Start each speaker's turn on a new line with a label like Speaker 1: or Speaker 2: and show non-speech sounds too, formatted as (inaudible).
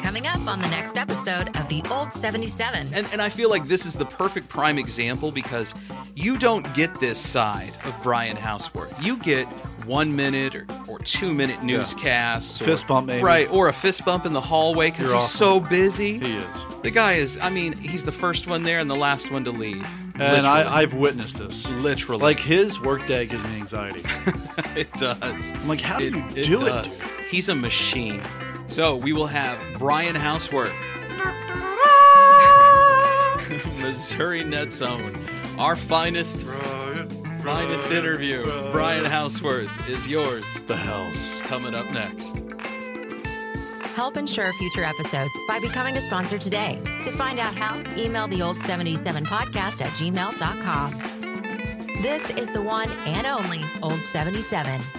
Speaker 1: Coming up on the next episode of The Old 77.
Speaker 2: And, and I feel like this is the perfect prime example because you don't get this side of Brian Houseworth. You get one minute or, or two minute newscasts. or-
Speaker 3: Fist bump, maybe.
Speaker 2: Right, or a fist bump in the hallway because he's
Speaker 3: You're
Speaker 2: so busy.
Speaker 3: He is.
Speaker 2: The guy is, I mean, he's the first one there and the last one to leave.
Speaker 3: And
Speaker 2: Literally.
Speaker 3: I, I've witnessed this.
Speaker 2: Literally.
Speaker 3: Like his work day gives me anxiety.
Speaker 2: (laughs) It does.
Speaker 3: I'm like, how do you do it, dude?
Speaker 2: He's a machine. So we will have Brian Houseworth, (laughs) Missouri Net Zone, our finest, finest interview. Brian Houseworth is yours.
Speaker 3: the hell's.
Speaker 2: Coming up next.
Speaker 1: Help ensure future episodes by becoming a sponsor today. To find out how, email the old 77 podcast at gmail.com. This is the one and only Old 77.